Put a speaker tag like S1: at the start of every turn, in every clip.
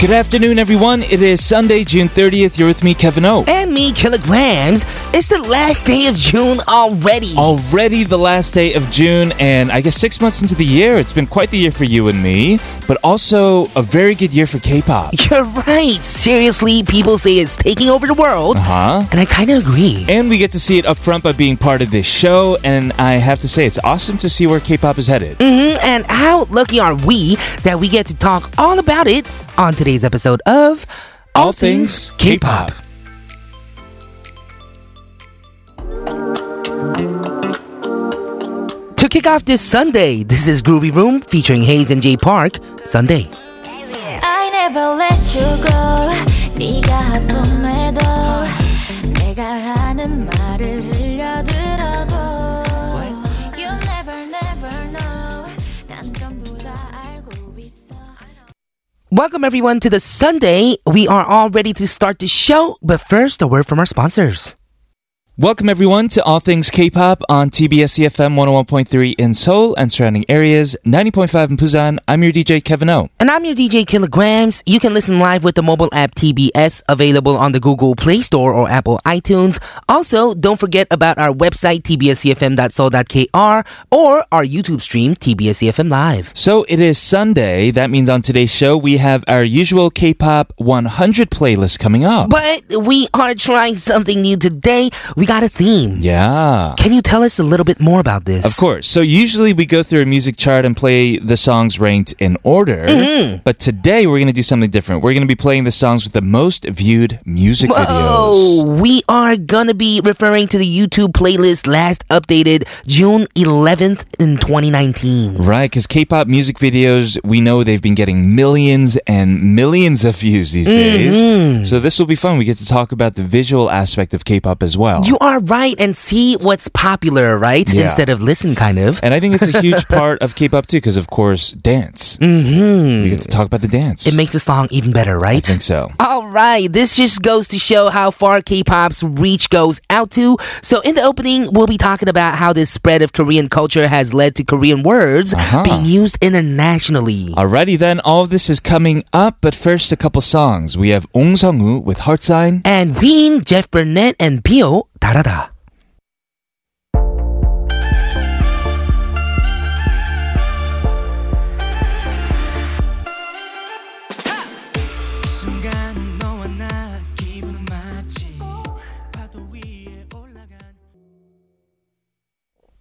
S1: Good afternoon, everyone. It is Sunday, June 30th. You're with me, Kevin O.
S2: And me, Kilograms. It's the last day of June already.
S1: Oh. Already the last day of June, and I guess six months into the year. It's been quite the year for you and me, but also a very good year for K pop.
S2: You're right. Seriously, people say it's taking over the world.
S1: Huh?
S2: And I kind of agree.
S1: Uh-huh. And we get to see it up front by being part of this show, and I have to say, it's awesome to see where K pop is headed.
S2: Mhm, And how lucky are we that we get to talk all about it on today's episode of
S1: All things K-pop.
S2: To kick off this Sunday, this is Groovy Room featuring Hayes and Jay Park. Sunday.
S3: I never let you go 네가 아픔에도 내가 하는 말을 흘려들어도 You never never know 난 전부 다 알고 있어
S2: Welcome everyone to the Sunday. We are all ready to start the show, but first a word from our sponsors.
S1: Welcome, everyone, to All Things K pop on TBS EFM 101.3 in Seoul and surrounding areas, 90.5 in Busan. I'm your DJ, Kevin O.
S2: And I'm your DJ Kilograms. You can listen live with the mobile app TBS, available on the Google Play Store or Apple iTunes. Also, don't forget about our website, tbscfm.soul.kr, or our YouTube stream, TBSCFM E Live.
S1: So it is Sunday. That means on today's show, we have our usual K pop 100 playlist coming up.
S2: But we are trying something new today. We got a theme.
S1: yeah.
S2: Can you tell us a little bit more about this?
S1: Of course. So usually we go through a music chart and play the songs ranked in order. But today we're going to do something different. We're going to be playing the songs with the most viewed music videos.
S2: Whoa, we are gonna be referring to the YouTube playlist last updated June 11th in 2019.
S1: Right, because K-pop music videos, we know they've been getting millions and millions of views these days. So this will be fun. We get to talk about the visual aspect of K-pop as well.
S2: You are right, and see what's popular, right?
S1: Yeah.
S2: Instead of listen, kind of.
S1: And I think it's a huge part of K-pop too, because of course, dance. Mm-hmm. We get to talk about the dance.
S2: It makes the song even better,
S1: I
S2: right?
S1: think so.
S2: All right, this just goes to show how far K pop's reach goes out to. So, in the opening, we'll be talking about how this spread of Korean culture has led to Korean words
S1: Uh-huh.
S2: being used internationally.
S1: Alrighty then, all of this is coming up, but first a couple songs. We have Ong Sung-woo with Heart Sign.
S2: And Ween, Jeff Burnett, and Pio, Darada.
S4: 순간 너와 나 기분은 마치 파도 위에 올라간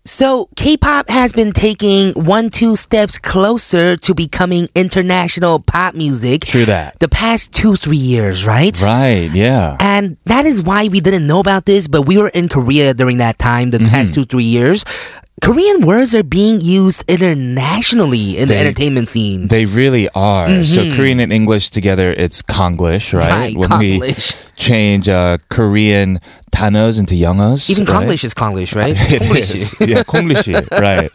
S2: So, K pop has been taking one, two steps closer to becoming international pop music.
S1: True that.
S2: The past two, three years, right?
S1: Right, yeah.
S2: And that is why we didn't know about this, but we were in Korea during that time, the
S1: Mm-hmm.
S2: past two, three years. Korean words are being used internationally in the
S1: They-
S2: entertainment scene.
S1: They really are. So Korean and English together, it's Konglish, right?
S2: Mm-hmm. Right,
S1: when
S2: Konglish.
S1: we change uh, Korean tanos into youngos.
S2: Even
S1: right?
S2: Konglish is Konglish, right?
S1: It
S2: Konglish
S1: is. yeah, Konglish, right.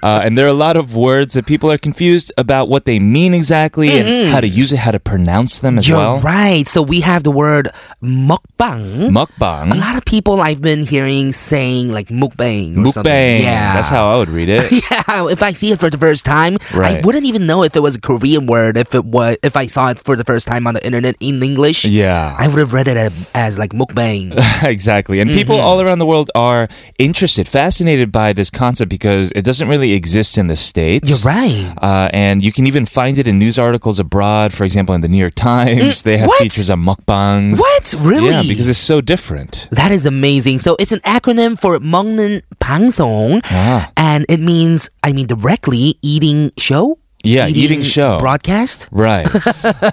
S1: Uh, and there are a lot of words that people are confused about what they mean exactly and how to use it, how to pronounce them as
S2: Mm-hmm.
S1: well.
S2: You're right. So we have the word mukbang.
S1: Mukbang.
S2: a lot of people I've been hearing saying like mukbang. or something.
S1: Mukbang.
S2: Yeah.
S1: That's how I would read it.
S2: Yeah, if I see it for the first time, I
S1: Right.
S2: wouldn't even know if it was a Korean word if it was if I saw it for the first time on the internet in English.
S1: yeah.
S2: I would have read it as, as like mukbang.
S1: exactly. And people
S2: Mm-hmm.
S1: all around the world are interested, fascinated by this concept because it doesn't really exist in the States.
S2: You're right.
S1: Uh, and you can even find it in news articles abroad. For example, in the New York Times, they have
S2: Mm, what?
S1: features on mukbangs.
S2: What? Really?
S1: Yeah, because it's so different.
S2: That is amazing. So it's an acronym for 먹는 방송,
S1: Ah.
S2: and it means, I mean, directly eating show.
S1: Yeah, eating show.
S2: broadcast.
S1: Right.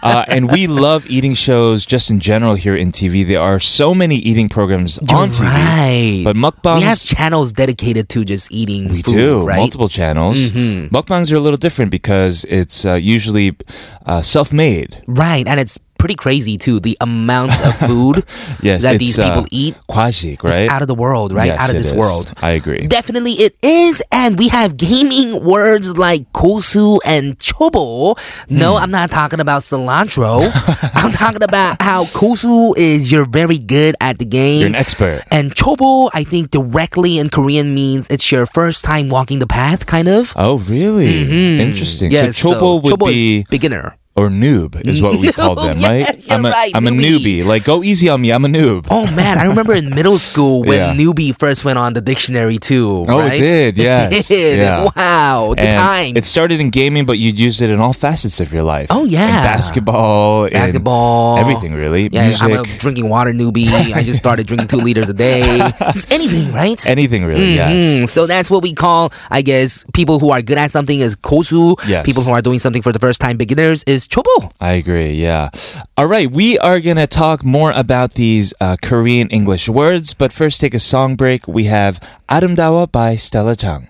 S1: uh, and we love eating shows just in general here in TV. There are so many eating programs on TV.
S2: right.
S1: But mukbangs.
S2: we have channels dedicated to just eating.
S1: We
S2: food,
S1: do
S2: right? Mm-hmm.
S1: multiple channels. Mukbangs are a little different because it's uh, usually uh, self-made.
S2: Right, and it's pretty crazy too. The amounts of food
S1: Yes,
S2: that
S1: it's,
S2: these
S1: uh,
S2: people eat
S1: Kwajik,
S2: is
S1: right?
S2: out of the world, right?
S1: Yes,
S2: out of
S1: it is.
S2: this world.
S1: I agree.
S2: Definitely it is, and we have gaming words like kosu and chobo. No,
S1: Hmm.
S2: I'm not talking about cilantro. I'm talking about how kosu is you're very good at the game.
S1: You're an expert.
S2: and chobo, I think directly in Korean means it's your first time walking the path, kind of.
S1: Oh, really? Interesting.
S2: Mm-hmm. yes,
S1: so chobo
S2: so
S1: would
S2: chobo is
S1: be
S2: beginner.
S1: or noob is what we call them,
S2: Yes,
S1: right?
S2: you're
S1: I'm a,
S2: right,
S1: am a newbie.
S2: newbie.
S1: Like, go easy on me. I'm a noob.
S2: Oh man, I remember in middle school when
S1: Yeah.
S2: newbie first went on the dictionary too.
S1: Oh, it
S2: right?
S1: did, yes,
S2: did.
S1: yeah.
S2: Wow, the
S1: and
S2: time.
S1: It started in gaming, but you'd use it in all facets of your life.
S2: Oh, yeah.
S1: In basketball, in
S2: Basketball.
S1: everything really.
S2: yeah,
S1: Music,
S2: I'm a drinking water newbie. I just started drinking two liters a day. Just anything, right?
S1: anything really.
S2: Mhm.
S1: Yes.
S2: So that's what we call, I guess, people who are good at something is kosu.
S1: Yes.
S2: People who are doing something for the first time, beginners, is chobo.
S1: I agree. Yeah. All right. We are going to talk more about these uh, Korean English words, but first take a song break. We have 아름다워 by Stella Chang.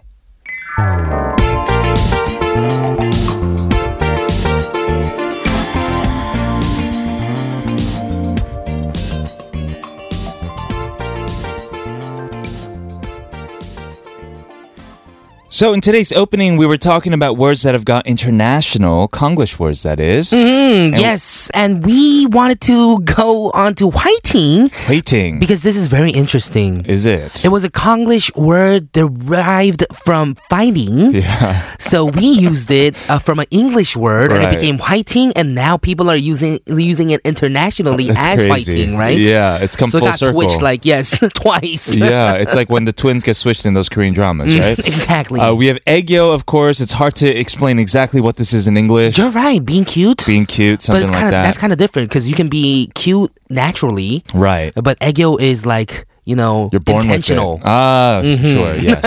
S1: So in today's opening, we were talking about words that have got international, Konglish words that is. And-
S2: Mm, yes, and we wanted to go on to whiting
S1: Waiting.
S2: because this is very interesting.
S1: is it?
S2: It was a Konglish word derived from fighting.
S1: yeah.
S2: So we used it uh, from an English word and it
S1: Right.
S2: became whiting and now people are using using it internationally as
S1: That's crazy.
S2: whiting, right?
S1: Yeah, it's come
S2: So it
S1: full
S2: got
S1: circle.
S2: switched like yes, twice.
S1: yeah, it's like when the twins get switched in those Korean
S2: Mm.
S1: dramas, right?
S2: exactly.
S1: Uh, we have Eggyo, of course. It's hard to explain exactly what this is in English.
S2: You're right, being cute.
S1: Being cute,
S2: but
S1: something
S2: it's kind
S1: like that.
S2: of that's kind of different because you can be cute naturally,
S1: right.
S2: but egyo is like you know
S1: You're born
S2: intentional. Mm-hmm.
S1: with it. Ah, sure, yes.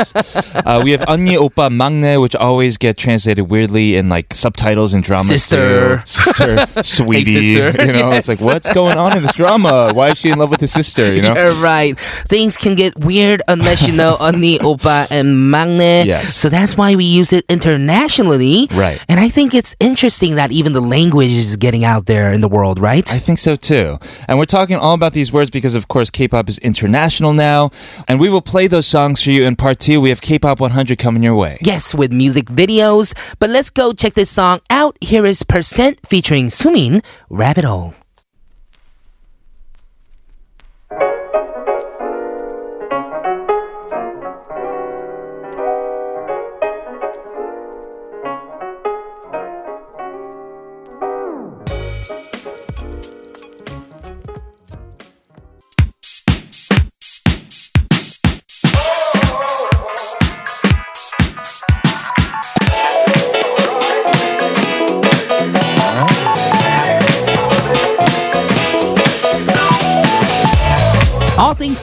S1: uh, we have 언니, 오빠, 막내, which always get translated weirdly in like subtitles and dramas.
S2: Sister.
S1: too. sister, sweetie.
S2: sister.
S1: You know, it's like what's going on in this drama? Why is she in love with his sister? You know,
S2: You're right. Things can get weird unless you know Ani, Opa, and Magne.
S1: Yes.
S2: So that's why we use it internationally.
S1: Right.
S2: And I think it's interesting that even the language is getting out there in the world, right?
S1: I think so too. And we're talking all about these words because, of course, K pop is international now. And we will play those songs for you in part two. We have K pop 100 coming your way.
S2: yes, with music videos. But let's go check this song out. Here is Percent featuring Sumin, Rabbit Hole. All things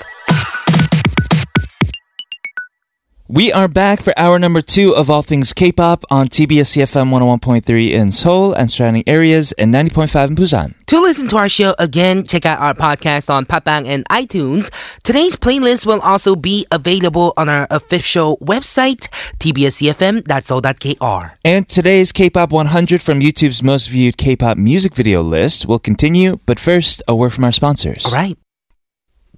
S1: We are back for hour number two of All Things K-Pop on TBS CFM 101.3 in Seoul and surrounding areas and 90.5 in Busan.
S2: To listen to our show again, check out our podcast on Papang and iTunes. Today's playlist will also be available on our official website, tbscfm.so.kr.
S1: And today's K-Pop 100 from YouTube's most viewed K-Pop music video list will continue, but first, a word from our sponsors.
S2: All right.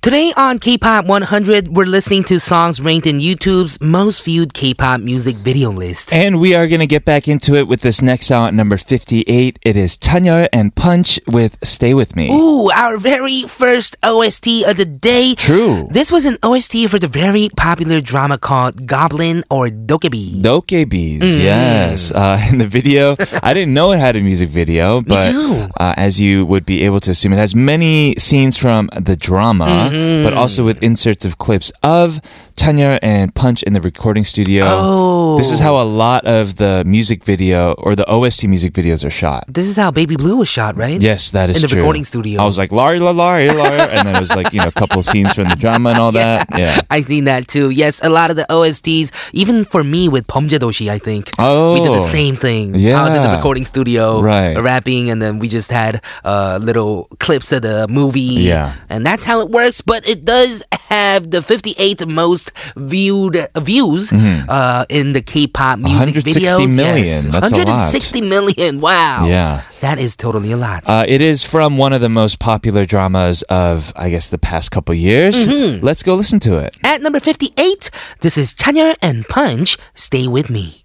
S2: Today on K-Pop 100, we're listening to songs ranked in YouTube's most viewed K-pop music video list.
S1: And we are going to get back into it with this next song at number 58. It is Chanyeol and Punch with Stay With Me.
S2: Ooh, our very first OST of the day.
S1: True.
S2: This was an OST for the very popular drama called Goblin or Dokebi.
S1: Doke Bees,
S2: Mm.
S1: yes. Uh, in the video, I didn't know it had a music video, but
S2: too.
S1: uh, as you would be able to assume, it has many scenes from the drama,
S2: Mm-hmm.
S1: but also with inserts of clips of Tanya and Punch in the recording studio.
S2: Oh.
S1: This is how a lot of the music video or the OST music videos are shot.
S2: This is how Baby Blue was shot, right?
S1: Yes, that is
S2: In the
S1: true.
S2: recording studio.
S1: I was like, Larry, la, Larry, Larry. and then it was like, you know, a couple of scenes from the drama and all that. Yeah.
S2: I seen that too. Yes, a lot of the OSTs, even for me with Pomjedoshi, I think.
S1: Oh.
S2: We did the same thing. I was in the
S1: Yeah.
S2: recording studio
S1: Right.
S2: rapping and then we just had uh, little clips of the movie.
S1: Yeah.
S2: And that's how it works, but it does have the 58th most viewed views
S1: Mm-hmm.
S2: uh, in the K-pop music
S1: 160
S2: videos.
S1: million.
S2: Yes.
S1: That's a lot.
S2: 160 million. Wow.
S1: Yeah.
S2: That is totally a lot.
S1: Uh, it is from one of the most popular dramas of, I guess, the past couple years. Let's go listen to it.
S2: At number 58, this is Chanyeol and Punch, Stay With Me.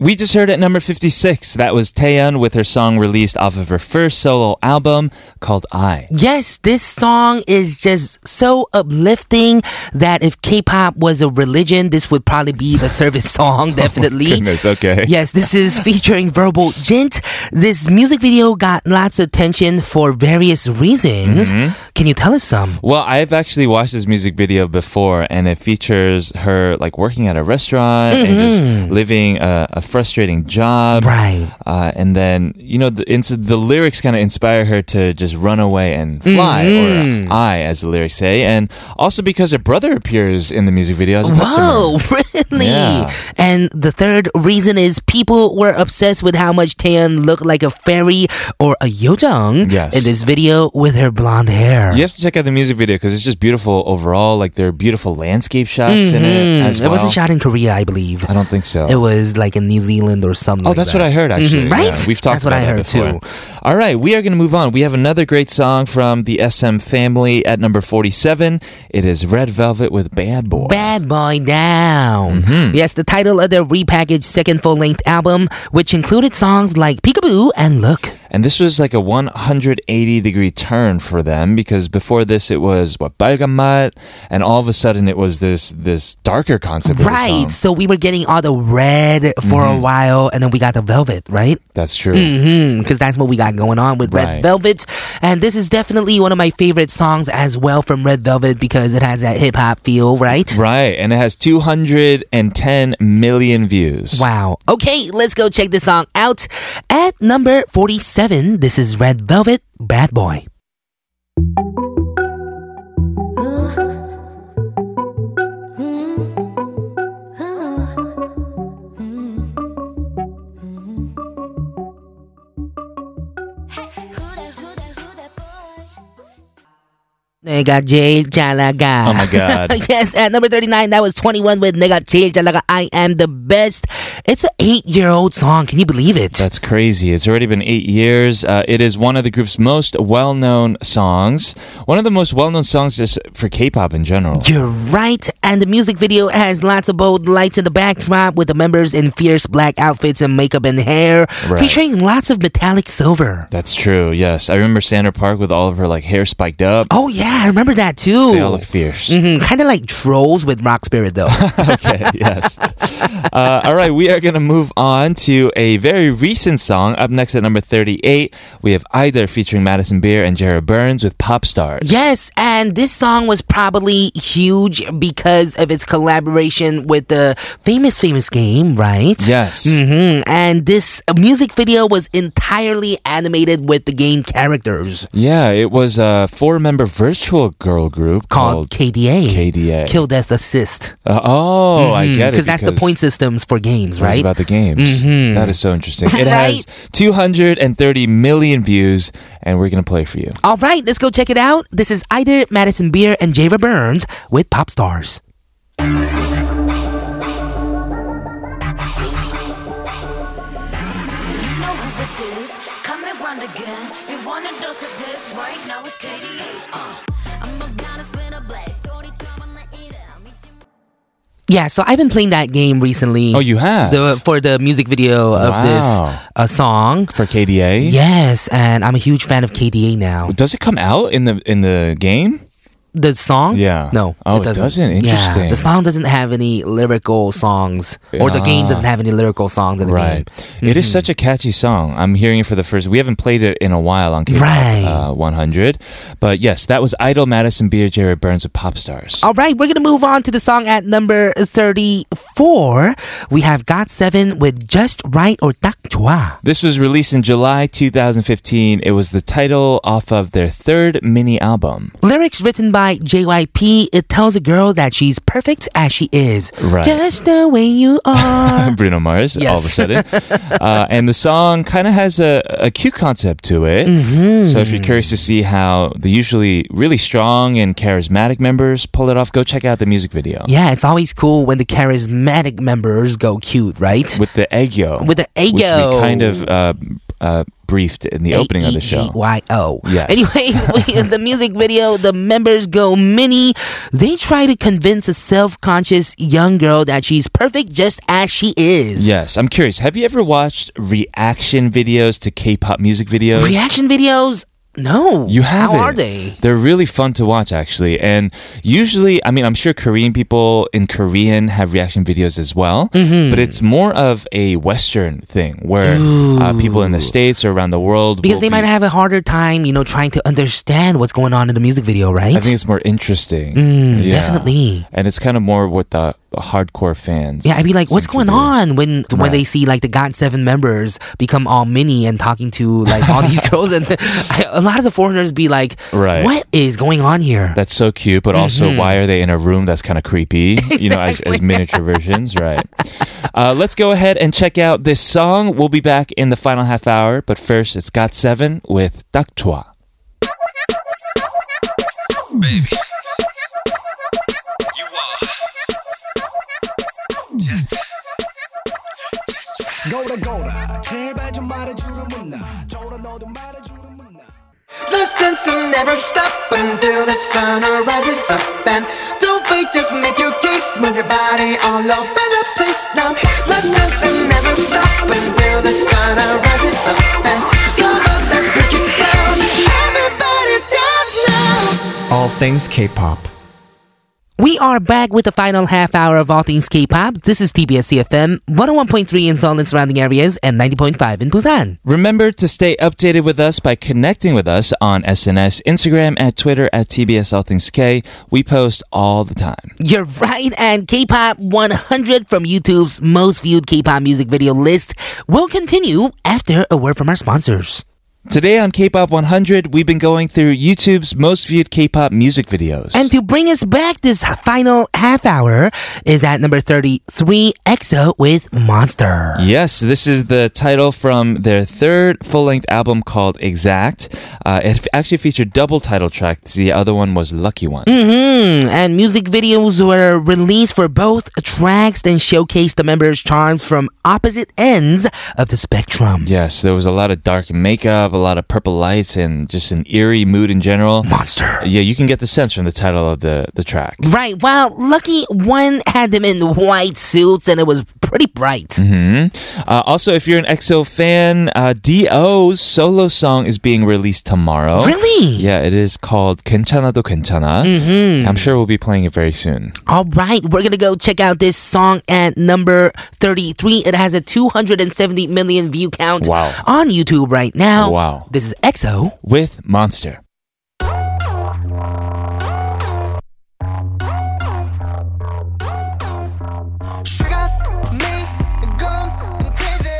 S1: We just heard at number 56. That was Taeyeon with her song released off of her first solo album called I.
S2: Yes, this song is just so uplifting that if K-pop was a religion, this would probably be the service song, definitely.
S1: Oh, okay.
S2: Yes, this is featuring Verbal Gent. This music video got lots of attention for various reasons.
S1: Mm-hmm.
S2: Can you tell us some?
S1: Well, I've actually watched this music video before, and it features her like working at a restaurant and just living a, a frustrating job.
S2: Right.
S1: Uh, and then you know the ins- the lyrics kind of inspire her to just run away and fly,
S2: Mm-hmm.
S1: or I, as the lyrics say, and also because her brother appears in the music video as a
S2: Whoa,
S1: customer.
S2: really?
S1: Yeah.
S2: And the third reason is people were obsessed with how much Taeyeon looked like a fairy or a Yojung
S1: Yes.
S2: in this video with her blonde hair.
S1: You have to check out the music video because it's just beautiful overall. Like there are beautiful landscape shots in it
S2: Mm,
S1: as
S2: It
S1: well.
S2: wasn't shot in Korea, I believe.
S1: I don't think so.
S2: It was like in New Zealand or something.
S1: Oh,
S2: like
S1: that's
S2: that.
S1: what I heard actually.
S2: Mhm, right?
S1: Yeah, we've talked
S2: That's what
S1: about
S2: I
S1: that before.
S2: heard, too.
S1: All right, we are going to move on. We have another great song from the SM family at number 47. It is Red Velvet with Bad Boy.
S2: Bad Boy Down.
S1: Mm-hmm.
S2: Yes, the title of their repackaged second full length album, which included songs like Peekaboo and Look.
S1: And this was like a 180 degree turn for them because before this it was what Balgamat, and all of a sudden it was this this darker concept. of the
S2: Right.
S1: song. Mm-hmm.
S2: So we were getting all the red for a while, and then we got the velvet, right?
S1: That's true.
S2: Mm-hmm. Because that's what we got going on with Red
S1: Right.
S2: Velvet, and this is definitely one of my favorite songs as well from Red Velvet because it has that hip hop feel, right?
S1: Right, and it has 210 million views.
S2: Wow. Okay, let's go check this song out. At number 47, this is Red Velvet, Bad Boy. Nigga Jail Jalaga.
S1: Oh my God.
S2: yes, at number 39, that was 21 with Nigga Jail Jalaga. I am the best. It's an eight year old song. Can you believe it?
S1: That's crazy. It's already been eight years. Uh, it is one of the group's most well known songs. One of the most well known songs just for K pop in general.
S2: You're right. And the music video has lots of bold lights in the backdrop with the members in fierce black outfits and makeup and hair,
S1: Right.
S2: featuring lots of metallic silver.
S1: That's true, yes. I remember Sandra Park with all of her like hair spiked up.
S2: Oh, yeah, I remember that too.
S1: They all look fierce.
S2: Kind of like trolls with rock spirit, though.
S1: okay, yes. Uh, all right, we are going to move on to a very recent song. Up next at number 38, we have Either featuring Madison Beer and Jared Burns with Pop Stars.
S2: yes, and this song was probably huge because of its collaboration with the famous, famous game, right?
S1: Yes.
S2: hmm And this music video was entirely animated with the game characters
S1: Yeah, it was a four member virtual girl group called,
S2: called, KDA.
S1: KDA.
S2: Kill Death Assist.
S1: Uh, oh, I
S2: Mm,
S1: get it.
S2: Because that's the point systems for games,
S1: it was
S2: right?
S1: about the games.
S2: Mhm.
S1: That is so interesting. It
S2: Right?
S1: has 230 million views, and we're going to play for you.
S2: All right, let's go check it out. This is either Madison Beer and Java Burns with Pop Stars.
S3: know who it is. Come around again. You want a dose of this? Right now it's KDA. Uh, I'm a goddess with a blaze. 소리 쳐봐, 나 이래. 믿지 마.
S2: Yeah, so I've been playing that game recently.
S1: Oh, you have?
S2: The, for the music video of
S1: Wow.
S2: this uh, song.
S1: for KDA?
S2: Yes, and I'm a huge fan of KDA now.
S1: Does it come out in the in the game?
S2: The song?
S1: Yeah.
S2: No.
S1: Oh, it doesn't?
S2: Yeah,
S1: Interesting.
S2: the song doesn't have any lyrical songs, or the game
S1: Ah.
S2: doesn't have any lyrical songs in the
S1: Right.
S2: game. Mm-hmm.
S1: It is such a catchy song. I'm hearing it for the first. We haven't played it in a while on K-pop
S2: Right.
S1: uh, 100, but yes, that was Idol, Madison Beer, Jared Burns with Pop Stars.
S2: All right, we're going to move on to the song at number 34. We have Got Seven with Just Right or Tak Chua.
S1: This was released in July 2015. It was the title off of their third mini album.
S2: Lyrics written by JYP, it tells a girl that she's perfect as she is.
S1: Right.
S2: Just the way you are.
S1: Bruno Mars, all of a
S2: Yes.
S1: sudden. uh, and the song kind of has a, a cute concept to it.
S2: Mm-hmm.
S1: So if you're curious to see how the usually really strong and charismatic members pull it off, go check out the music video
S2: yeah, it's always cool when the charismatic members go cute, right?
S1: with the egg yo.
S2: With the egg
S1: which
S2: yo.
S1: we kind of uh, uh, briefed in the opening of the
S2: E
S1: show.
S2: A-E-G-Y-O.
S1: Yes.
S2: Anyway, we- the music video, the members go mini. They try to convince a self-conscious young girl that she's perfect just as she is.
S1: Yes, I'm curious. Have you ever watched reaction videos to K-pop music videos?
S2: Reaction videos? No.
S1: You have
S2: How
S1: it.
S2: are they?
S1: They're really fun to watch, actually. And usually, I mean, I'm sure Korean people in Korean have reaction videos as well,
S2: Mm-hmm.
S1: but it's more of a Western thing where uh, people in the States or around the world
S2: Because
S1: will
S2: they might
S1: be-
S2: have a harder time, you know, trying to understand what's going on in the music video, right?
S1: I think it's more interesting.
S2: Mm,
S1: Yeah.
S2: Definitely.
S1: And it's kind of more what the hardcore fans.
S2: Yeah, I'd be like, what's
S1: seem
S2: going
S1: to do.
S2: on when
S1: Right.
S2: when they see like the God Seven members become all mini and talking to like all these girls, and I, a lot of the foreigners be like,
S1: Right.
S2: what is going on here?
S1: That's so cute, but also why are they in a room that's kind of creepy? You know, as, as miniature versions, right? Uh, let's go ahead and check out this song. We'll be back in the final half hour, but first, it's Got Seven with Dak Chua.
S5: baby. You are
S3: Oh,
S5: just. 거울아 거울아 제발 좀 말해주면 못나 저런 너도 말해주면 못나
S6: Listen to never stop until the sun rises up and don't wait, just make your case, move your body all over the place now. Listen to never stop until the sun rises up and come on
S7: things K-pop.
S2: We are back with the final half hour of All Things K-Pop. This is TBS CFM, 101.3 in Seoul and surrounding areas, and 90.5 in Busan.
S1: Remember to stay updated with us by connecting with us on SNS, Instagram, at Twitter, at TBS All Things K. We post all the time.
S2: You're right, and K-Pop 100 from YouTube's most viewed K-Pop music video list will continue after a word from our sponsors.
S1: Today on K-Pop 100, we've been going through YouTube's most viewed K-pop music videos.
S2: And to bring us back this final half hour is at number 33, EXO with Monster.
S1: Yes, this is the title from their third full length album called Exact. Uh, it f- actually featured double title tracks. The other one was Lucky One.
S2: hmm And music videos were released for both tracks and showcased the members' charms from opposite ends of the spectrum.
S1: Yes, there was a lot of dark makeup, a lot of purple lights, and just an eerie mood in general.
S2: Monster.
S1: Yeah, you can get the sense from the title of the, the track.
S2: Right, while Lucky One had them in white suits and it was pretty bright.
S1: hmm Uh, also, if you're an EXO fan, uh, Do's solo song is being released tomorrow.
S2: Really?
S1: Mm-hmm. Yeah, it is called 괜찮아도 괜찮아. Mm-hmm. I'm sure we'll be playing it very soon.
S2: All right, we're gonna go check out this song at number 33. It has a 270 million view count
S1: Wow.
S2: on YouTube right now.
S1: Wow.
S2: This is EXO.
S1: With Monster.
S6: She got me going crazy.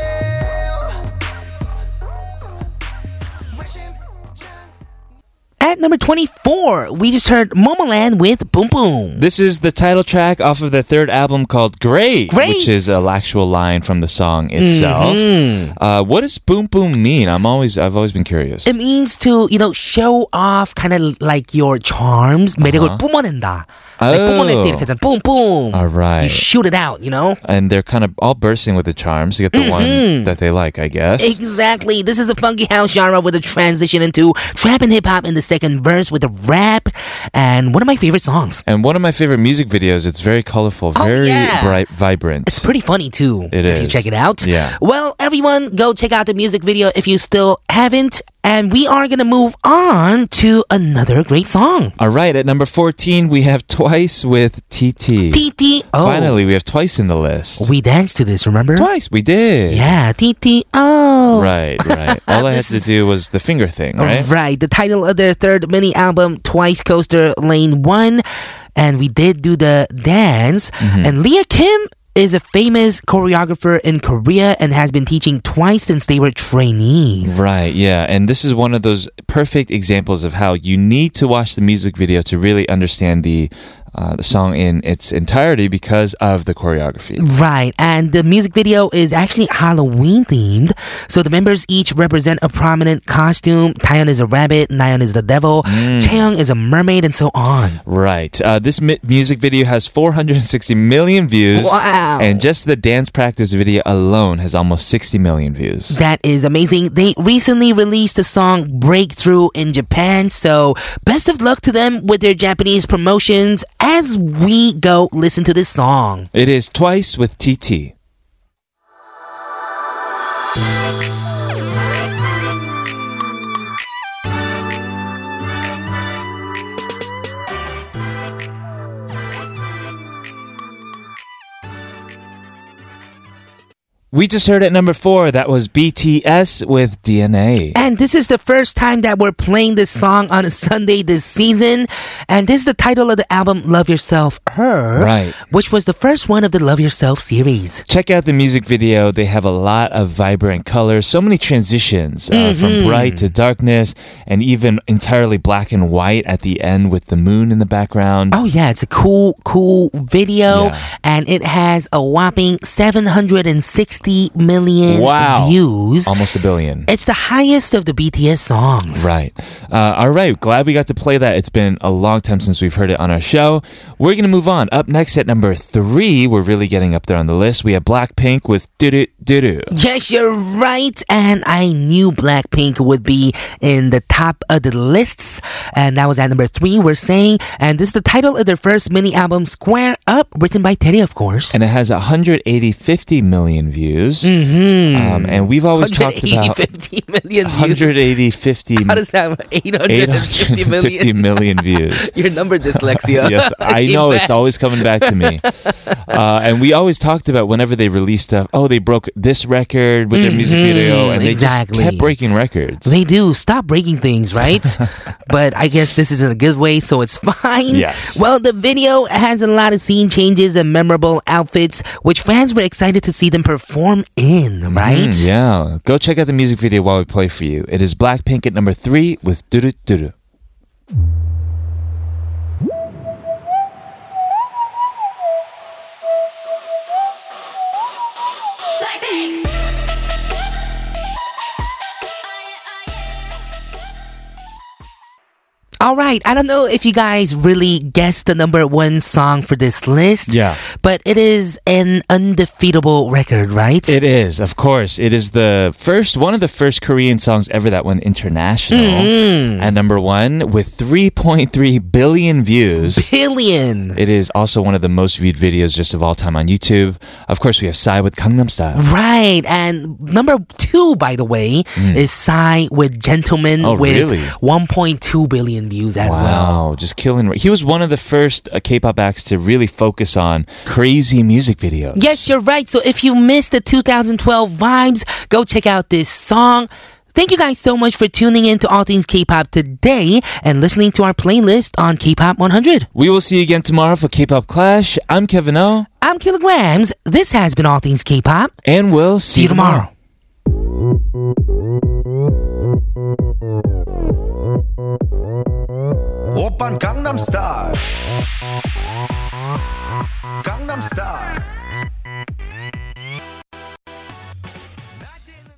S2: At number 24, we just heard Momoland with Boom Boom.
S1: This is the title track off of their third album called Great,
S2: Great.
S1: which is an actual line from the song itself.
S2: Mm-hmm.
S1: Uh, what does boom boom mean? I'm always I've always been curious.
S2: It means to, you know, show off kind of like your charms. 매력을 뿜어낸다. Like
S1: Uh-huh. Oh.
S2: 뿜어낼 때 이렇게 하잖아. Boom boom.
S1: All right.
S2: You shoot it out, you know?
S1: and they're kind of all bursting with the charms to get the one
S2: Mm-hmm.
S1: that they like, I guess.
S2: Exactly. This is a funky house genre with a transition into trap and hip hop in the second verse with a rap and one of my favorite songs.
S1: and one of my favorite music videos. It's very colorful,
S2: Oh,
S1: very
S2: yeah.
S1: bright, vibrant.
S2: It's pretty funny too.
S1: It
S2: if
S1: is.
S2: you check it out.
S1: Yeah.
S2: Well, everyone, go check out the music video if you still haven't. And we are gonna move on to another great song.
S1: all right, at number 14, we have Twice with TT.
S2: TTO.
S1: Finally, we have Twice in the list.
S2: We danced to this, remember?
S1: twice, we did.
S2: Yeah, TTO.
S1: Right, right. All I had to
S2: This
S1: do was the finger thing, right?
S2: The title of their third mini album, Twice Coaster Lane One, and we did do the dance.
S1: Mm-hmm.
S2: And Leah Kim is a famous choreographer in Korea and has been teaching twice since they were trainees.
S1: Right, yeah. And this is one of those perfect examples of how you need to watch the music video to really understand the, uh, the song in its entirety because of the choreography.
S2: Right, and the music video is actually Halloween themed. So the members each represent a prominent costume. Taeyeon is a rabbit, Nayeon is the devil, Chaeyoung is a mermaid, and so on.
S1: Right. Uh, this mi- music video has 460 million views.
S2: Wow.
S1: And just the dance practice video alone has almost 60 million views.
S2: That is amazing. They recently released the song Breakthrough in Japan, so best of luck to them with their Japanese promotions as we go listen to this song.
S1: It is Twice with TT. We just heard at number four, that was BTS with DNA.
S2: And this is the first time that we're playing this song on a Sunday this season. And this is the title of the album Love Yourself Her,
S1: Right.
S2: which was the first one of the Love Yourself series.
S1: Check out the music video. They have a lot of vibrant colors, so many transitions uh,
S2: Mm-hmm.
S1: from bright to darkness, and even entirely black and white at the end with the moon in the background.
S2: Oh yeah, it's a cool, cool video,
S1: Yeah.
S2: and it has a whopping 760 million
S1: Wow. Um,
S2: views.
S1: Almost a billion.
S2: It's the highest of the BTS songs.
S1: Right. Uh, all right. Glad we got to play that. It's been a long time since we've heard it on our show. We're going to move on. Up next at number three, we're really getting up there on the list. We have Blackpink with Doo Doo Doo Doo.
S2: Yes, you're right. And I knew Blackpink would be in the top of the lists. And that was at number three, we're saying. And this is the title of their first mini album, Square Up, written by Teddy, of course.
S1: And it has 180, 50 million views. views.
S2: Mm-hmm.
S1: Um, and we've always talked
S2: 180,
S1: about
S2: 50 million views.
S1: 180, 50,
S2: How does that work? 850
S1: 850
S2: million?
S1: million views.
S2: Your number dyslexia.
S1: yes, I
S2: Came
S1: know
S2: back.
S1: it's always coming back to me. Uh, and we always talked about whenever they released stuff. Oh, they broke this record with their music video, and they
S2: Mm-hmm. exactly.
S1: just kept breaking records.
S2: They do. Stop breaking things, right? but I guess this isn't a good way, so it's fine.
S1: Yes.
S2: Well, the video has a lot of scene changes and memorable outfits, which fans were excited to see them perform in, right?
S1: Mm, yeah, go check out the music video while we play for you. It is Blackpink at number three with Doo Doo Doo Doo.
S3: oh,
S2: All right. I don't know if you guys really guessed the number one song for this list.
S1: Yeah.
S2: But it is an undefeatable record, right?
S1: It is, of course. It is the first, one of the first Korean songs ever that went international
S2: Mm-hmm.
S1: at number one with 3.3 billion views.
S2: Billion.
S1: It is also one of the most viewed videos just of all time on YouTube. Of course, we have Psy with Gangnam Style.
S2: Right. And number two, by the way, is Psy with Gentleman
S1: Hmm. Oh,
S2: with
S1: really?
S2: 1.2 billion views as well.
S1: Wow, just killing. He was one of the first uh, K-pop acts to really focus on crazy music videos.
S2: Yes, you're right. So if you missed the 2012 vibes, go check out this song. Thank you guys so much for tuning in to All Things K-Pop today and listening to our playlist on K-Pop 100.
S1: We will see you again tomorrow for K-pop Clash. I'm Kevin O,
S2: I'm Kilograms. This has been All Things K-Pop.
S1: and we'll see,
S2: See you tomorrow.